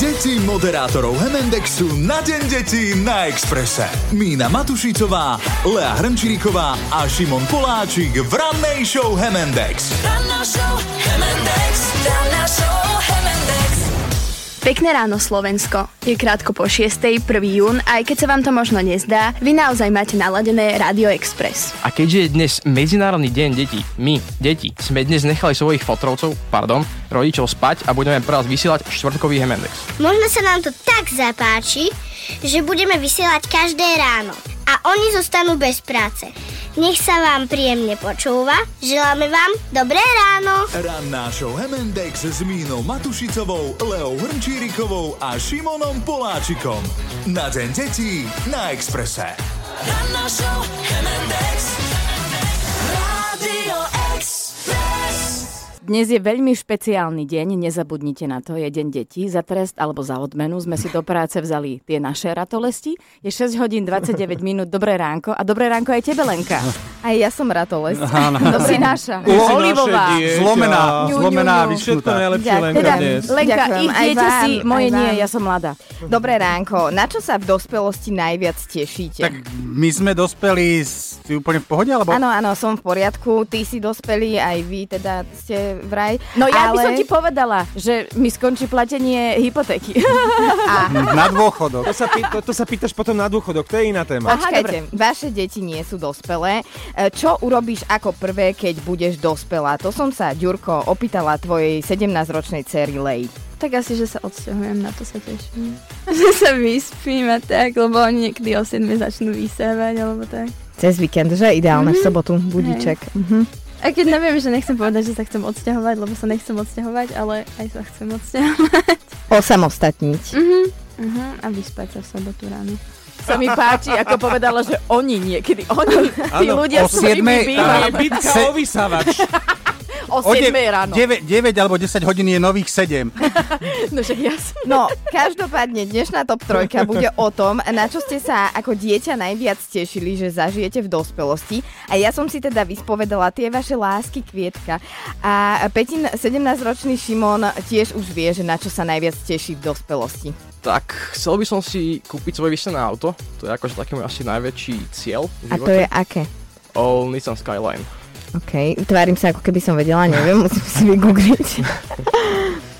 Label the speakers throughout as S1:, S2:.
S1: Deti moderátorov Hemendexu na Deň detí na Exprese. Mína Matušicová, Lea Hrnčíriková a Šimon Poláčik v rannej show Hemendex.
S2: Ranná show Hemendex, ranná show Hemendex.
S3: Pekné ráno Slovensko. Je krátko po 6. 1. jún, aj keď sa vám to možno nezdá, vy naozaj máte naladené Radio Express.
S4: A keďže je dnes Medzinárodný deň detí, my, deti, sme dnes nechali svojich fotrovcov, pardon, rodičov spať a budeme pre vás vysielať štvrtkový Hemendex.
S5: Možno sa nám to tak zapáči, že budeme vysielať každé ráno a oni zostanú bez práce. Nech sa vám príjemne počúva. Želáme vám dobré ráno.
S1: Ranná show Hemendex s Mínou Matušicovou, Leou Hrnčírikovou a Šimonom Poláčikom. Na Deň detí na Exprese.
S2: Ranná show Hemendex. Rádio Express.
S6: Dnes je veľmi špeciálny deň, nezabudnite na to, je deň detí. Za trest alebo za odmenu sme si do práce vzali tie naše ratolesti. Je 6 hodín 29 minút, dobré ránko. A dobré ránko aj tebe, Lenka. Aj ja som ratolest. Áno. Dobrý naša. Olivová.
S7: Zlomená,
S6: Ňu, ňu,
S7: zlomená,
S6: ňu.
S7: vyšľutá.
S8: najlepšie len
S6: Teda,
S8: dnes.
S6: Lenka,
S9: Ďakujem,
S6: ich
S9: aj
S6: dieťa
S9: vám,
S6: si, moje
S9: aj vám.
S6: nie, ja som mladá.
S9: Dobré ránko, na čo sa v dospelosti najviac tešíte?
S7: Tak my sme dospeli, si úplne v pohode, alebo?
S9: Áno, áno, som v poriadku, ty si dospelý, aj vy teda ste vraj.
S6: No ja
S9: ale...
S6: by som ti povedala, že mi skončí platenie hypotéky.
S7: Mhm. Na dôchodok.
S8: To sa, pý, to, to sa pýtaš potom na dôchodok, to je iná téma.
S9: Počkajte, vaše deti nie sú dospelé. E, Čo urobíš ako prvé, keď budeš dospelá? To som sa, Ďurko, opýtala tvojej 17-ročnej cery Lej.
S10: Tak asi, že sa odsťahujem, na to sa teším. Že sa vyspím a tak, lebo oni niekedy o 7 začnú vysávať, alebo tak.
S9: Cez víkend, že? Ideálne v sobotu, budíček. Mhm.
S10: A keď neviem, že nechcem povedať, že sa chcem odsťahovať, lebo sa nechcem odsťahovať, ale aj sa chcem odsťahovať.
S9: Osamostatniť.
S10: Mhm. Aha, a vyspať sa v sobotu ráno.
S6: sa mi páči, ako povedala, že oni niekedy, oni, tí
S8: Áno,
S6: ľudia,
S7: o
S6: s ktorými
S7: siedmej-
S6: bývam,
S8: bitka
S7: Se-
S8: vysavač.
S6: o 7 ráno.
S7: 9, 9 alebo 10 hodín je nových 7.
S6: No však ja som...
S9: No, každopádne dnešná top trojka bude o tom, na čo ste sa ako dieťa najviac tešili, že zažijete v dospelosti. A ja som si teda vyspovedala tie vaše lásky kvietka. A Petin, 17-ročný Šimon tiež už vie, že na čo sa najviac teší v dospelosti.
S4: Tak chcel by som si kúpiť svoje vyšlené auto, to je akože taký môj asi najväčší cieľ v
S9: A to
S4: živote.
S9: je aké?
S4: O Nissan Skyline.
S9: OK, tvárim sa, ako keby som vedela, neviem, musím si vygoogliť.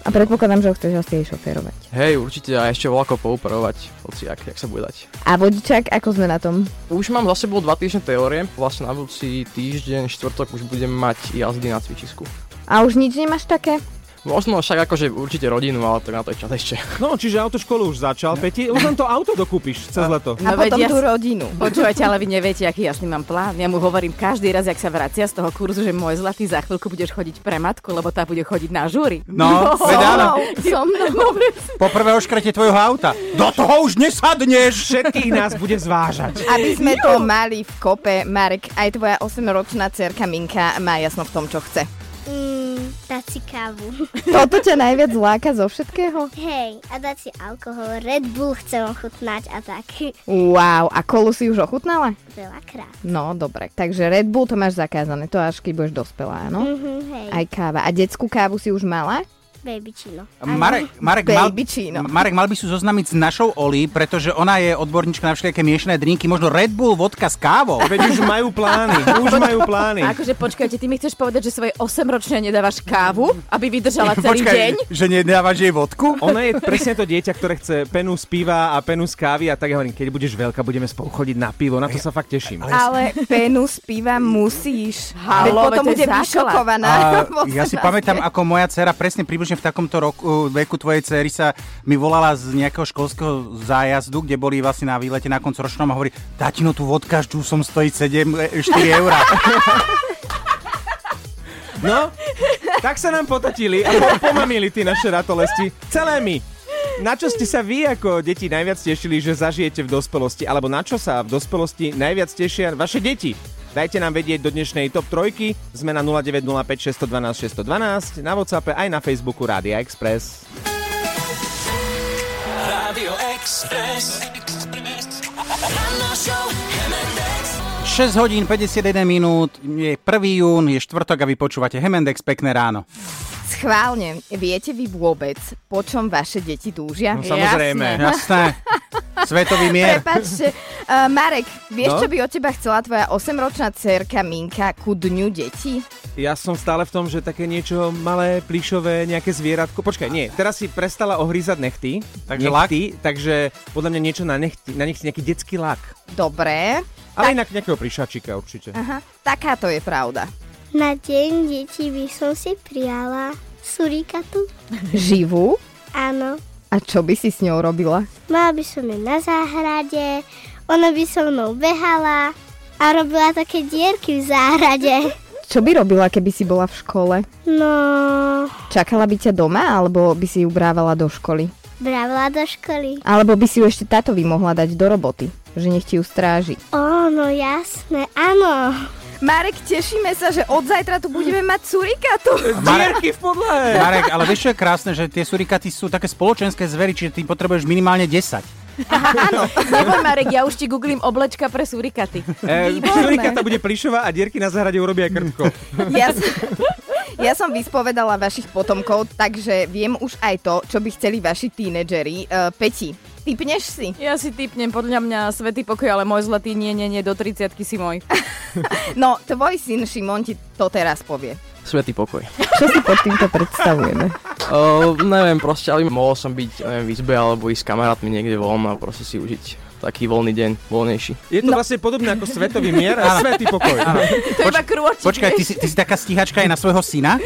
S9: A predpokladám, že ho chceš asi aj šoférovať.
S4: Hej, určite a ešte voľako poupravovať, hoci ak, jak sa bude dať.
S9: A vodičak, ako sme na tom?
S4: Už mám za sebou dva týždne teórie, vlastne na budúci týždeň, štvrtok už budem mať jazdy na cvičisku.
S9: A už nič nemáš také?
S4: Možno však akože určite rodinu, ale tak na to je čas ešte. No.
S8: No, čiže autoškolu už začal, Peti. Už len to auto dokúpiš cez leto.
S6: No
S9: A
S6: veď
S9: potom
S6: ja
S9: tú
S6: si-
S9: rodinu.
S6: Počúvajte, ale vy neviete, aký jasný mám plán. Ja mu hovorím každý raz, ak sa vracia z toho kurzu, že môj zlatý, za chvíľku budeš chodiť pre matku, lebo tá bude chodiť na žúri. No.
S7: No,
S9: So
S7: veď áno.
S9: mnou, so mnou.
S6: Dobre.
S7: Po prvé oškrete tvojho auta. Do toho už nesadneš.
S8: Všetkých nás bude zvážať.
S9: Aby sme to mali v kope, Marek, aj tvoja 8-ročná cerka Minka má jasno v tom, čo chce.
S5: Mm, dať si kávu.
S9: Toto ťa najviac láka zo všetkého?
S5: Hej, a dať si alkohol, Red Bull chcem ochutnať a tak.
S9: Wow, a kolu si už ochutnala?
S5: Veľakrát.
S9: No, dobre. Takže Red Bull to máš zakázané, to až keď budeš dospelá, áno?
S5: Mhm, hej,
S9: Aj káva. A detskú kávu si už mala?
S5: babyčino.
S7: Marek, Marek, mal,
S9: Baby Chino.
S7: Marek mal by si zoznamiť s našou Oli, pretože ona je odborníčka na všetké miešané drinky, možno Red Bull, vodka s kávou.
S8: Veď už majú plány, už majú plány.
S6: A akože počkajte, ty mi chceš povedať, že svoje 8-ročné nedávaš kávu, aby vydržala celý deň?
S7: že nedávaš jej vodku?
S8: Ona je presne to dieťa, ktoré chce penu z piva a penu z kávy a tak ja hovorím, keď budeš veľká, budeme spolu chodiť na pivo, na to sa fakt teším.
S9: Ale penu z piva musíš.
S6: Halo,
S9: Veď potom
S6: veď to je
S9: bude
S6: základ.
S9: vyšokovaná.
S7: A
S9: V
S7: ja si
S9: 18.
S7: pamätám, ako moja dcera presne približne v takomto roku, eh, veku tvojej cery sa mi volala z nejakého školského zájazdu, kde boli vlastne na výlete na koncoročnom a hovorí, tatino, tu vodka s džusom stojí 7, e, 4 eurá.
S8: No, tak sa nám pototili a po- pomamili tí naše ratolesti. Celé my. Na čo ste sa vy ako deti najviac tešili, že zažijete v dospelosti? Alebo na čo sa v dospelosti najviac tešia vaše deti? Dajte nám vedieť do dnešnej top trojky. Sme na 0905 612 612, na Whatsappe aj na Facebooku Rádia Express.
S2: Rádio Express. Ranná show Hemendex.
S7: 6 hodín 51 minút, je 1. jún, je štvrtok a vy počúvate Hemendex, pekné ráno.
S9: Schválne, viete vy vôbec, po čom vaše deti túžia?
S8: No, samozrejme.
S7: Jasné. Svetový mier.
S9: Prepačte, uh, Marek, vieš, no? čo by od teba chcela tvoja 8-ročná cerka Minka ku dňu detí?
S8: Ja som stále v tom, že také niečo malé, plišové, nejaké zvieratko. Počkaj, nie, teraz si prestala ohryzať nechty.
S7: Takže
S8: nechty, Takže podľa mňa niečo na nechty, na nechty nejaký detský lak.
S9: Dobre,
S8: Ale inak nejakého prišačika určite.
S9: aha, taká to je pravda.
S5: Na deň detí by som si prijala surikatu.
S9: Živú?
S5: Áno.
S9: A čo by si s ňou robila?
S5: Mala by som ju na záhrade, ona by so mnou behala a robila také dierky v záhrade.
S9: Čo by robila, keby si bola v škole?
S5: No,
S9: Čakala by ťa doma, alebo by si ju brávala do školy?
S5: bravila do školy.
S9: Alebo by si ju ešte tátovi mohla dať do roboty, že nech ti ju stráži.
S5: Ó, no jasné, áno.
S9: Marek, tešíme sa, že od zajtra tu budeme mať surikatu.
S7: Marek,
S8: Dierky v podlahe!
S7: Marek, ale vieš, čo je krásne, že tie surikaty sú také spoločenské zvery, čiže ty potrebuješ minimálne 10. No.
S6: Neboj, Marek, ja už ti googlím oblečka pre surikaty.
S7: Eh.
S8: E,
S6: Výborné.
S8: Šurikata bude plišová a dierky na záhrade urobia krtko.
S9: Ja, som, ja som vyspovedala vašich potomkov, takže viem už aj to, čo by chceli vaši tínedžeri. Uh, Peti, typneš si?
S6: Ja si typnem podľa mňa svetý pokoj, ale môj zlatý nie, nie, nie, do 30 si môj.
S9: No, tvoj syn Šimon ti to teraz povie.
S4: Svetý pokoj.
S9: Čo si pod týmto predstavujeme?
S4: Uh, neviem, proste, ale mohol som byť neviem, v izbe alebo ísť s kamarátmi niekde von a proste si užiť taký voľný deň, voľnejší. No,
S8: Je to vlastne podobné ako svetový mier a svetý pokoj.
S6: To je iba krôčik.
S7: Počkaj, ty si, ty si taká stíhačka aj na svojho syna,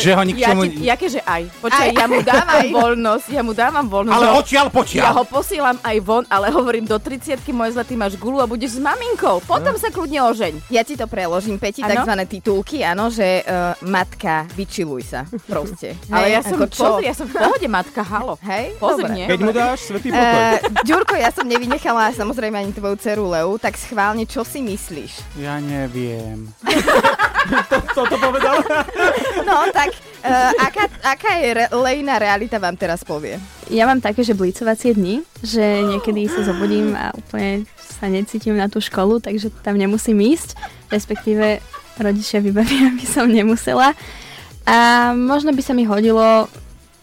S7: že ho
S6: E, ja
S7: nikčomu...
S6: ti, jaké, že aj. Počkaj, ja mu dávam voľnosť, ja mu dávam voľnosť.
S7: Ale
S6: Ja ho-
S7: odtiaľ
S6: ja
S7: potiaľ.
S6: ho posielam aj von, ale hovorím do 30 môj zlatý, máš gulu a budeš s maminkou. Potom
S7: Hm?
S6: sa kľudne ožeň.
S9: Ja ti to preložím, Peti,
S6: Áno?
S9: tzv. titulky, áno, že uh, matka, vyčiluj sa, proste.
S6: Ale
S9: Hej,
S6: ja som,
S9: ako čo?
S6: pozri, ja som v pohode, matka, halo.
S9: Hej,
S6: Pozri,
S9: dobre.
S6: nie?
S8: Keď mu dáš svetý
S9: Uh,
S7: Eh,
S8: pokoj.
S9: Ďurko, ja som nevynechala samozrejme ani tvoju dceru Leu, tak schválne, čo si myslíš?
S7: Ja neviem.
S8: Toto povedal.
S9: No, tak uh, aká, aká je re- Lejna realita vám teraz povie?
S10: Ja mám také, že blícovacie dni, že niekedy sa zobudím a úplne sa necítim na tú školu, takže tam nemusím ísť, respektíve rodičia vybavia, aby som nemusela. A možno by sa mi hodilo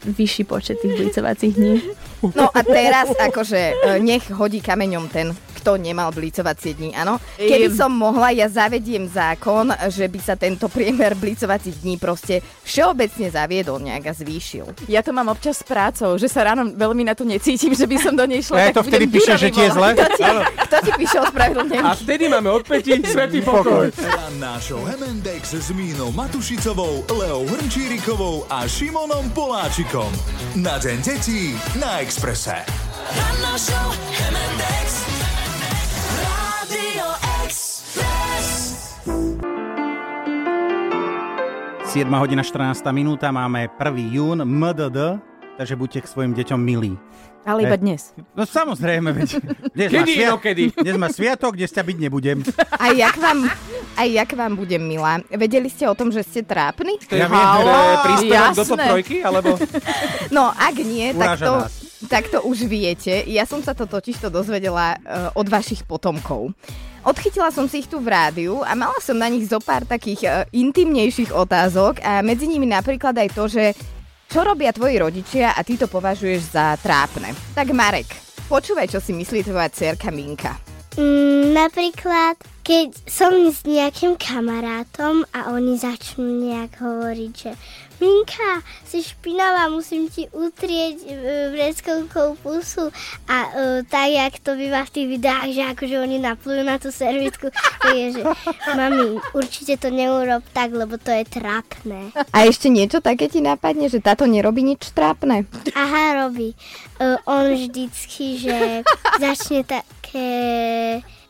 S10: vyšší počet tých blícovacích dní.
S9: No a teraz akože eh, nech hodí kameňom ten, kto nemal blicovacie dni, áno? Keby som mohla, ja zavediem zákon, že by sa tento priemer blicovacích dní proste všeobecne zaviedol nejak a zvýšil.
S6: Ja to mám občas s prácou, že sa ráno veľmi na to necítim, že by som do nej šla.
S7: Ja
S6: tak
S7: E, to vtedy
S6: budem
S7: píše,
S6: Ďurovi
S7: že ti je
S6: volať.
S7: zle.
S9: Kto ti píše
S8: A
S9: ospravedlnenie?
S8: vtedy máme odpäti svetý pokoj.
S1: Ranná show Hemendex s Mínou Matušicovou, Leou Hrnčírikovou a Šimonom Poláčikom. Na Deň detí na Exprese.
S2: Ranná show M&X. Rádio Express.
S7: 7 hodina 14 minúta, máme 1. jún, MDD, takže buďte k svojim deťom milí.
S6: Ale iba dnes.
S7: No samozrejme, veď. Dnes má
S8: Kedy
S7: svia-
S8: inokedy?
S7: Dnes má sviatok, dnes ťa byť nebudem.
S9: A jak vám, a jak vám budem milá? Vedeli ste o tom, že ste trápni?
S8: To je
S6: Haló,
S8: že príspevok do top
S6: jasné.
S8: trojky, alebo...
S9: No, ak nie, tak
S7: Uráža
S9: to,
S7: nás.
S9: tak to už viete. Ja som sa to totižto dozvedela uh, od vašich potomkov. Odchytila som si ich tu v rádiu a mala som na nich zo pár takých uh, intimnejších otázok a medzi nimi napríklad aj to, že čo robia tvoji rodičia a ty to považuješ za trápne. Tak Marek, počúvaj, čo si myslí tvoja cerka Minka.
S5: Mm, napríklad, keď som s nejakým kamarátom a oni začnú nejak hovoriť, že Minka, si špinavá, musím ti utrieť e, vreckovkou pusu a e, tak, jak to býva v tých videách, že akože oni naplujú na tú servitku, tak je, že mami, určite to neurob tak, lebo to je trápne.
S9: A ešte niečo také ti napadne, že táto nerobí nič trápne?
S5: Aha, robí. Uh, on vždycky, že začne také,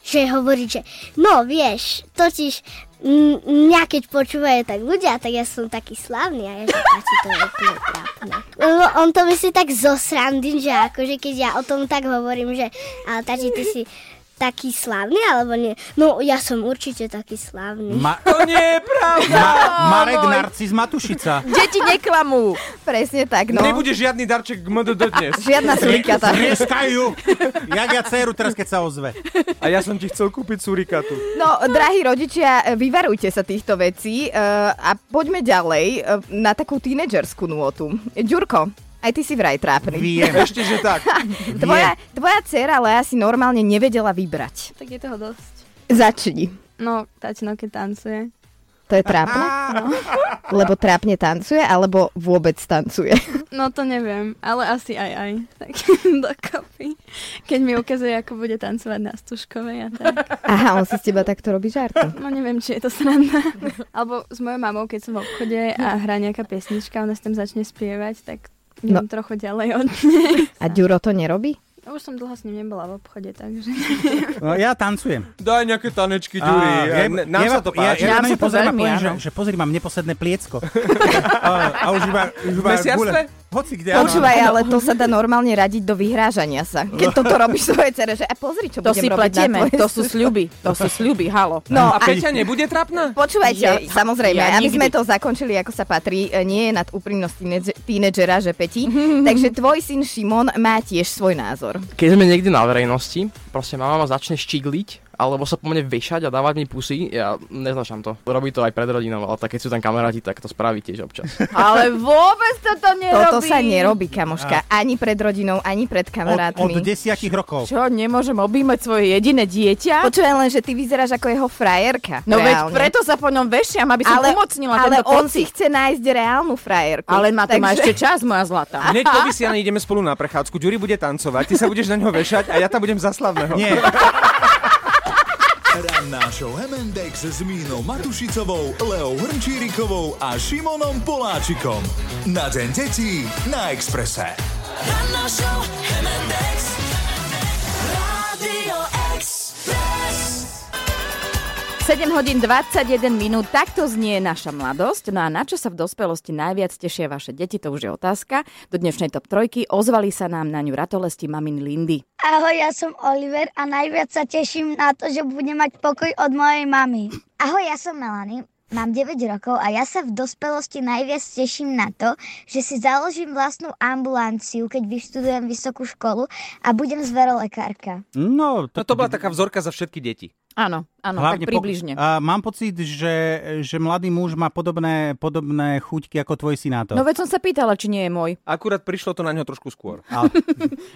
S5: že hovorí, že no vieš, totiž m- mňa keď počúvajú tak ľudia, tak ja som taký slavný a ja že páči, to je úplne trápne. Lebo on to myslí tak zo srandy, že akože keď ja o tom tak hovorím, že ale tati, ty si taký slávny, alebo nie? No, ja som určite taký slávny.
S7: Ma-
S8: To nie je pravda.
S7: Ma- Marek Narcis Matušica.
S9: Deti neklamú. Presne tak, no.
S8: Nebude žiadny darček k MDD dnes.
S9: Žiadna surikata.
S7: Trieskajú. Jak ja dceru teraz, keď sa ozve.
S8: A ja som ti chcel kúpiť surikatu.
S9: No, drahí rodičia, vyvarujte sa týchto vecí eh, a poďme ďalej eh, na takú tínedžerskú nôtu. Ďurko, aj ty si vraj trápny.
S7: Viem.
S8: Ešte, že tak.
S9: Tvoja, tvoja dcera Lea si normálne nevedela vybrať.
S10: Tak je toho dosť.
S9: Začni.
S10: No, tatino, keď tancuje. No.
S9: To je trápne? Lebo trápne tancuje, alebo vôbec tancuje.
S10: No to neviem, ale asi aj aj. Tak dokopy. Keď mi ukazuje, ako bude tancovať na stužkovej a tak.
S9: Aha, on si z teba takto robí žarty.
S10: No neviem, či je to sranda. Alebo s mojou mamou, keď som v obchode a hrá nejaká pesnička, ona s tam začne spievať, tak idem
S9: No.
S10: trochu ďalej od nej. No,
S9: A Ďuro to nerobí?
S10: Už som dlho s ním nebola v obchode, takže...
S7: No, ja tancujem.
S8: Daj nejaké tanečky,
S7: Á,
S8: Ďuri.
S7: ja-
S8: Ja, nám
S7: ja-
S8: sa to páči.
S7: Ja, ja
S9: Nám
S7: na
S9: sa
S7: ňu
S9: to
S7: pozerám a
S9: veľmi,
S7: poviem, že,
S9: áno.
S7: že pozri, mám neposedné pliecko. a, a už iba... Už iba
S8: Mesiactve?
S7: gule- Hoci kde, áno.
S9: Počúvaj, ale to sa dá normálne radiť do vyhrážania sa. Keď toto robíš svojej cere, že a pozri, čo
S6: To si
S9: budem robiť
S6: pletieme,
S9: na tvoje
S6: to sú sľuby, to sú sľuby, halo.
S9: No,
S8: A Peťa nebude trapná?
S9: Počúvajte,
S6: Ja-
S9: ja, samozrejme,
S6: ja
S9: ja aby
S6: nikdy.
S9: sme to zakončili, ako sa patrí, e, nie je nad úprimnosť tínedž- tínedžera, že Peti. Takže tvoj syn Šimon má tiež svoj názor.
S4: Keď sme niekde na verejnosti, proste mama ma začne štigliť, alebo sa po mne vyšať a dávať mi pusy, ja neznašam to. Robí to aj pred rodinou, ale tak keď sú tam kamaráti, tak to spraví tiež občas.
S6: Ale vôbec toto nerobí.
S9: Toto sa nerobí, kamoška. Ani pred rodinou, ani pred kamarátmi.
S7: Od, od desiatich rokov.
S6: Čo, nemôžem objímať svoje jediné dieťa?
S9: Počúvaj len, že ty vyzeráš ako jeho frajerka.
S6: No veď
S9: reálne.
S6: preto sa po ňom vešiam, aby som
S9: ale,
S6: umocnila
S9: ale
S6: tento
S9: on
S6: pocit.
S9: si chce nájsť reálnu frajerku.
S6: Ale na to má
S9: Takže-
S6: ešte čas, moja zlatá.
S8: Hneď po vysielaní ideme spolu na prechádzku. Ďuri bude tancovať, ty sa budeš na ňo vešať a ja tam budem za slavného.
S7: Nie,
S1: Ranná show Hemendex s Mínou Matušicovou, Leou Hrnčírikovou a Šimonom Poláčikom. Na Deň detí na Exprese.
S2: Ranná show Hemendex. Rádio Express.
S6: 7 hodín 21 minút, takto znie naša mladosť. No a na čo sa v dospelosti najviac tešia vaše deti, to už je otázka. Do dnešnej top trojky ozvali sa nám na ňu ratolesti mamin Lindy.
S5: Ahoj, ja som Oliver a najviac sa teším na to, že budem mať pokoj od mojej mamy. Ahoj, ja som Melanie, mám 9 rokov a ja sa v dospelosti najviac teším na to, že si založím vlastnú ambulanciu, keď vyštudujem vysokú školu a budem zverolekárka.
S7: no,
S8: To, to bola taká vzorka za všetky deti.
S6: Áno, áno, No, tak približne.
S7: Pok- a mám pocit, že, že mladý muž má podobné, podobné chuťky ako tvoj synátor.
S6: No veď som sa pýtala, či nie je môj.
S8: Akurát prišlo to na ňo trošku skôr.
S7: Ale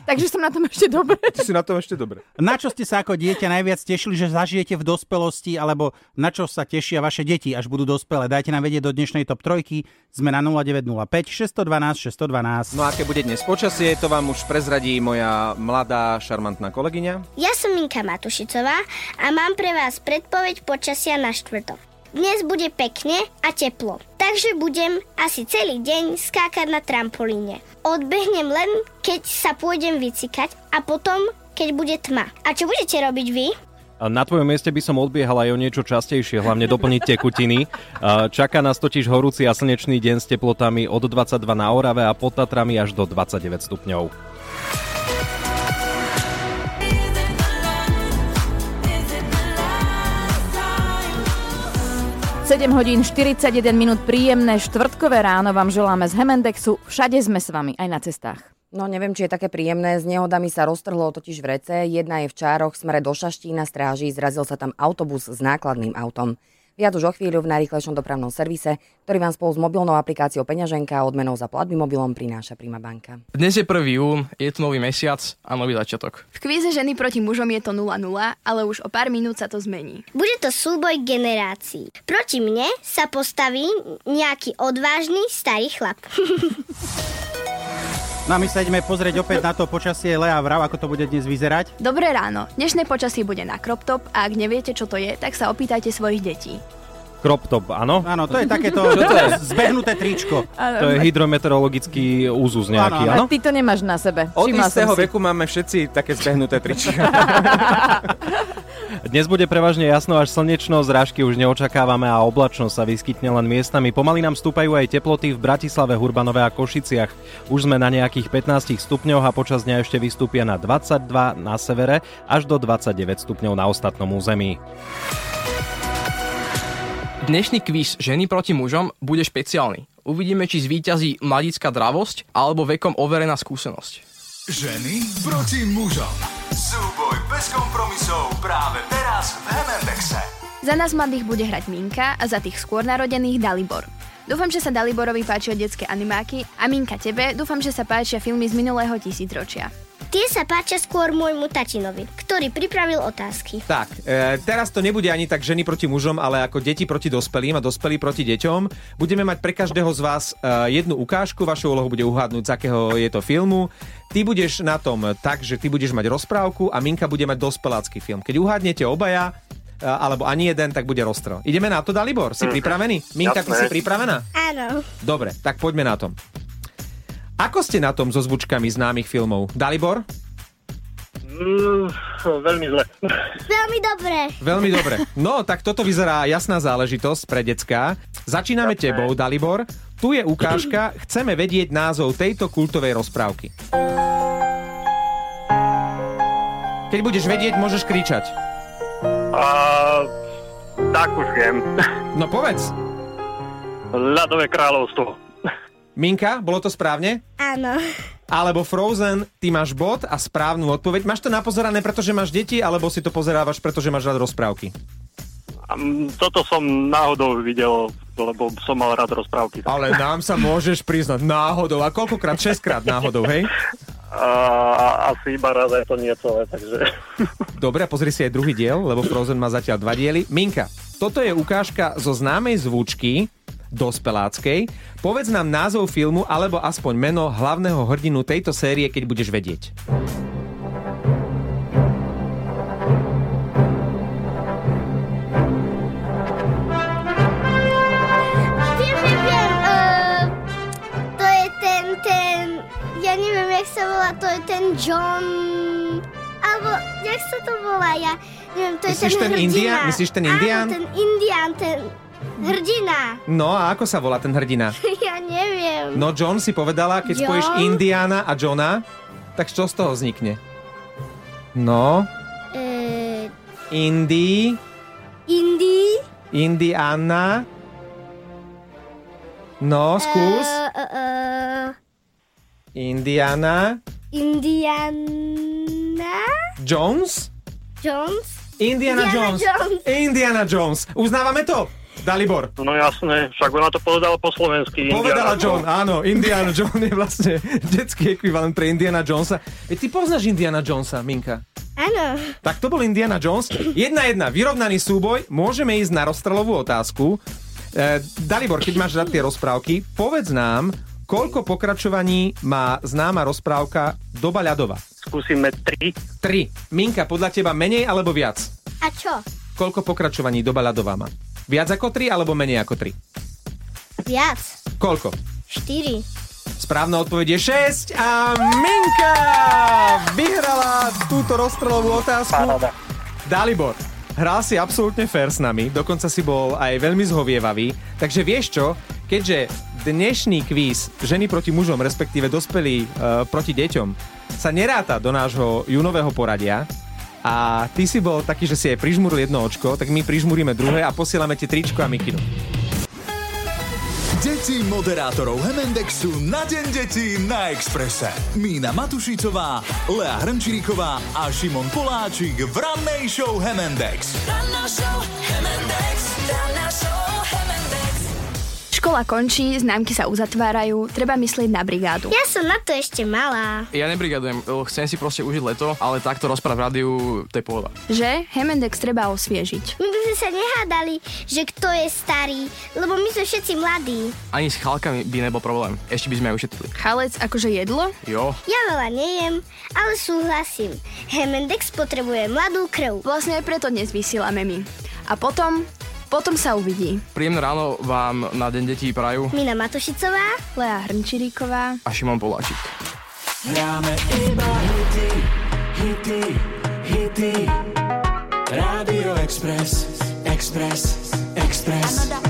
S6: Takže som na tom ešte dobre.
S8: Ty si na tom ešte dobre.
S7: na čo ste sa ako dieťa najviac tešili, že zažijete v dospelosti, alebo na čo sa tešia vaše deti, až budú dospelé? Dajte nám vedieť do dnešnej top trojky. Sme na 0905 612 612.
S8: No a aké bude dnes počasie, to vám už prezradí moja mladá, šarmantná kolegyňa.
S5: Ja som Minka Matušicová a mám pre vás predpoveď počasia na štvrtok. Dnes bude pekne a teplo, takže budem asi celý deň skákať na trampolíne. Odbehnem len, keď sa pôjdem vycikať a potom, keď bude tma. A čo budete robiť vy?
S11: A Na tvojom mieste by som odbiehal aj o niečo častejšie, hlavne doplniť tekutiny. A Čaká nás totiž horúci a slnečný deň s teplotami od 22 na Orave a pod Tatrami až do 29 stupňov.
S2: Is it my last time?
S6: 7 hodín 41 minút príjemné štvrtkové ráno vám želáme z Hemendexu. Všade sme s vami, aj na cestách.
S12: No neviem, či je také príjemné. S nehodami sa roztrhlo totiž v rece. Jedna je v Čároch, smere do Šaštína, stráži. Zrazil sa tam autobus s nákladným autom. Viac už o chvíľu v najrýchlejšom dopravnom servise, ktorý vám spolu s mobilnou aplikáciou Peňaženka a odmenou za platby mobilom prináša Prima banka.
S4: Dnes je 1. jún, je tu nový mesiac a nový začiatok.
S3: V kvíze ženy proti mužom je to 0-0, ale už o pár minút sa to zmení.
S5: Bude to súboj generácií. Proti mne sa postaví nejaký odvážny starý chlap.
S7: No a my sa ideme pozrieť opäť na to počasie Lea Vrav, ako to bude dnes vyzerať.
S3: Dobré ráno. Dnešné počasie bude na crop top a ak neviete, čo to je, tak sa opýtajte svojich detí.
S11: Crop top, áno?
S7: Áno, to je takéto
S11: Čo to je?
S7: zbehnuté tričko.
S11: To je hydrometeorologický úzus nejaký, áno?
S6: A ty to nemáš na sebe.
S8: Od
S6: Všimla som
S8: istého
S6: si.
S8: veku máme všetci také zbehnuté trička.
S11: Dnes bude prevažne jasno až slnečno, zrážky už neočakávame a oblačnosť sa vyskytne len miestami. Pomaly nám stúpajú aj teploty v Bratislave, Hurbanove a Košiciach. Už sme na nejakých 15 stupňoch a počas dňa ešte vystúpia na 22 na severe až do 29 stupňov na ostatnom území.
S4: Dnešný kvíz ženy proti mužom bude špeciálny. Uvidíme, či zvíťazí mladická dravosť alebo vekom overená skúsenosť.
S1: Ženy proti mužom. Súboj bez kompromisov práve teraz v Hemendexe.
S3: Za nás mladých bude hrať Minka a za tých skôr narodených Dalibor. Dúfam, že sa Daliborovi páčia detské animáky a Minka tebe dúfam, že sa páčia filmy z minulého tisícročia.
S5: Tie sa páčia skôr môjmu tatinovi, ktorý pripravil otázky.
S8: Tak, e, teraz to nebude ani tak ženy proti mužom, ale ako deti proti dospelým a dospelí proti deťom. Budeme mať pre každého z vás e, jednu ukážku, vašou úlohou bude uhádnuť, z akého je to filmu. Ty budeš na tom tak, že ty budeš mať rozprávku a Minka bude mať dospelácky film. Keď uhádnete obaja, e, alebo ani jeden, tak bude rozstrel. Ideme na to, Dalibor, si
S5: Mhm.
S8: pripravený? Minka, ty
S5: Jasné.
S8: si pripravená?
S5: Áno.
S8: Dobre, tak poďme na tom. Ako ste na tom so zvučkami známych filmov? Dalibor?
S13: Mm, veľmi zle.
S5: Veľmi dobre.
S8: Veľmi dobre. No, tak toto vyzerá jasná záležitosť pre decka. Začíname tebou, Dalibor. Tu je ukážka, chceme vedieť názov tejto kultovej rozprávky. Keď budeš vedieť, môžeš kričať.
S13: A, tak už viem.
S8: No povedz.
S13: Ľadové kráľovstvo.
S8: Minka, bolo to správne?
S5: Áno.
S8: Alebo Frozen, ty máš bod a správnu odpoveď. Máš to napozerané, pretože máš deti, alebo si to pozerávaš, pretože máš rád rozprávky?
S13: A, mm, Toto som náhodou videl, lebo som mal rád rozprávky.
S8: Ale nám sa môžeš priznať náhodou. A koľkokrát? Šestkrát náhodou, hej?
S13: A, a, asi iba raz aj to nie celé, takže...
S8: Dobre, a pozri si aj druhý diel, lebo Frozen má zatiaľ dva diely. Minka, toto je ukážka zo známej zvučky dospeláckej. Povedz nám názov filmu alebo aspoň meno hlavného hrdinu tejto série, keď budeš vedieť.
S5: Viem, viem, viem. Uh, to je ten, ten, ja neviem, jak sa volá, to je ten John, alebo jak sa to volá, ja neviem, to
S8: Myslíš
S5: je ten,
S8: ten
S5: hrdina.
S8: Indián? Myslíš ten Indián?
S5: Áno, ten Indián, ten hrdina.
S8: No a ako sa volá ten hrdina?
S5: ja neviem.
S8: No John si povedala, keď
S5: John?
S8: spojíš Indiana a Johna, tak čo z toho vznikne? No,
S5: Uh,
S8: Indy,
S5: Indy.
S8: Indiana. No, skús.
S5: Uh, uh, uh,
S8: Indiana
S5: Indiana
S8: Jones.
S5: Jones?
S8: Indiana,
S5: Indiana
S8: Jones.
S5: Jones.
S8: Indiana Jones. Uznávame to? Dalibor.
S13: No jasné, však ona to povedala po slovensky.
S8: Povedala
S13: Indiana
S8: John, áno, Indiana John je vlastne detský ekvivalent pre Indiana Jonesa. Veď ty poznáš Indiana Jonesa, Minka.
S5: Áno.
S8: Tak to bol Indiana Jones. Jedna jedna, vyrovnaný súboj, môžeme ísť na rozstrelovú otázku. E, Dalibor, keď máš rád tie rozprávky, povedz nám, koľko pokračovaní má známa rozprávka Doba ľadova?
S13: Skúsime tri.
S8: Tri. Minka, podľa teba menej alebo viac?
S5: A čo?
S8: Koľko pokračovaní Doba ľadová má? Viac ako tri alebo menej ako tri?
S5: Viac.
S8: Koľko?
S5: 4.
S8: Správna odpoveď je 6 a Minka vyhrala túto rozstrelovú otázku. Dalibor, hral si absolútne fair s nami, dokonca si bol aj veľmi zhovievavý, takže vieš čo, keďže dnešný kvíz ženy proti mužom, respektíve dospelí e, proti deťom, sa neráta do nášho junového poradia, a ty si bol taký, že si aj prižmuril jedno očko, tak my prižmuríme druhé a posielame ti tričko a mikinu.
S1: Deti moderátorov Hemendexu na Deň detí na Exprese. Mína Matušicová, Lea Hrnčiríková a Šimon Poláčik v rannej show Hemendex.
S2: Ranná show Hemendex, ranná show Hemendex.
S3: Škola končí, známky sa uzatvárajú, treba myslieť na brigádu.
S5: Ja som na to ešte malá.
S4: Ja nebrigadujem, lebo chcem si proste užiť leto, ale takto rozpráv v rádiu, to je pohoda.
S3: Že Hemendex treba osviežiť.
S5: My by sme sa nehádali, že kto je starý, lebo my sme všetci mladí.
S4: Ani s chalkami by nebol problém, ešte by sme aj ušetrili.
S3: Chalec, akože jedlo?
S4: Jo.
S5: Ja veľa nejem, ale súhlasím. Hemendex potrebuje mladú krv.
S3: Vlastne aj preto dnes vysielame my. A potom Potom sa uvidí.
S4: Príjemné ráno vám na Deň detí prajú
S3: Mina Matošicová, Lea Hrnčiríková.
S4: a Šimon Poláčik.
S2: Hráme iba hity, hity, hity. Rádio Express, Express, Express.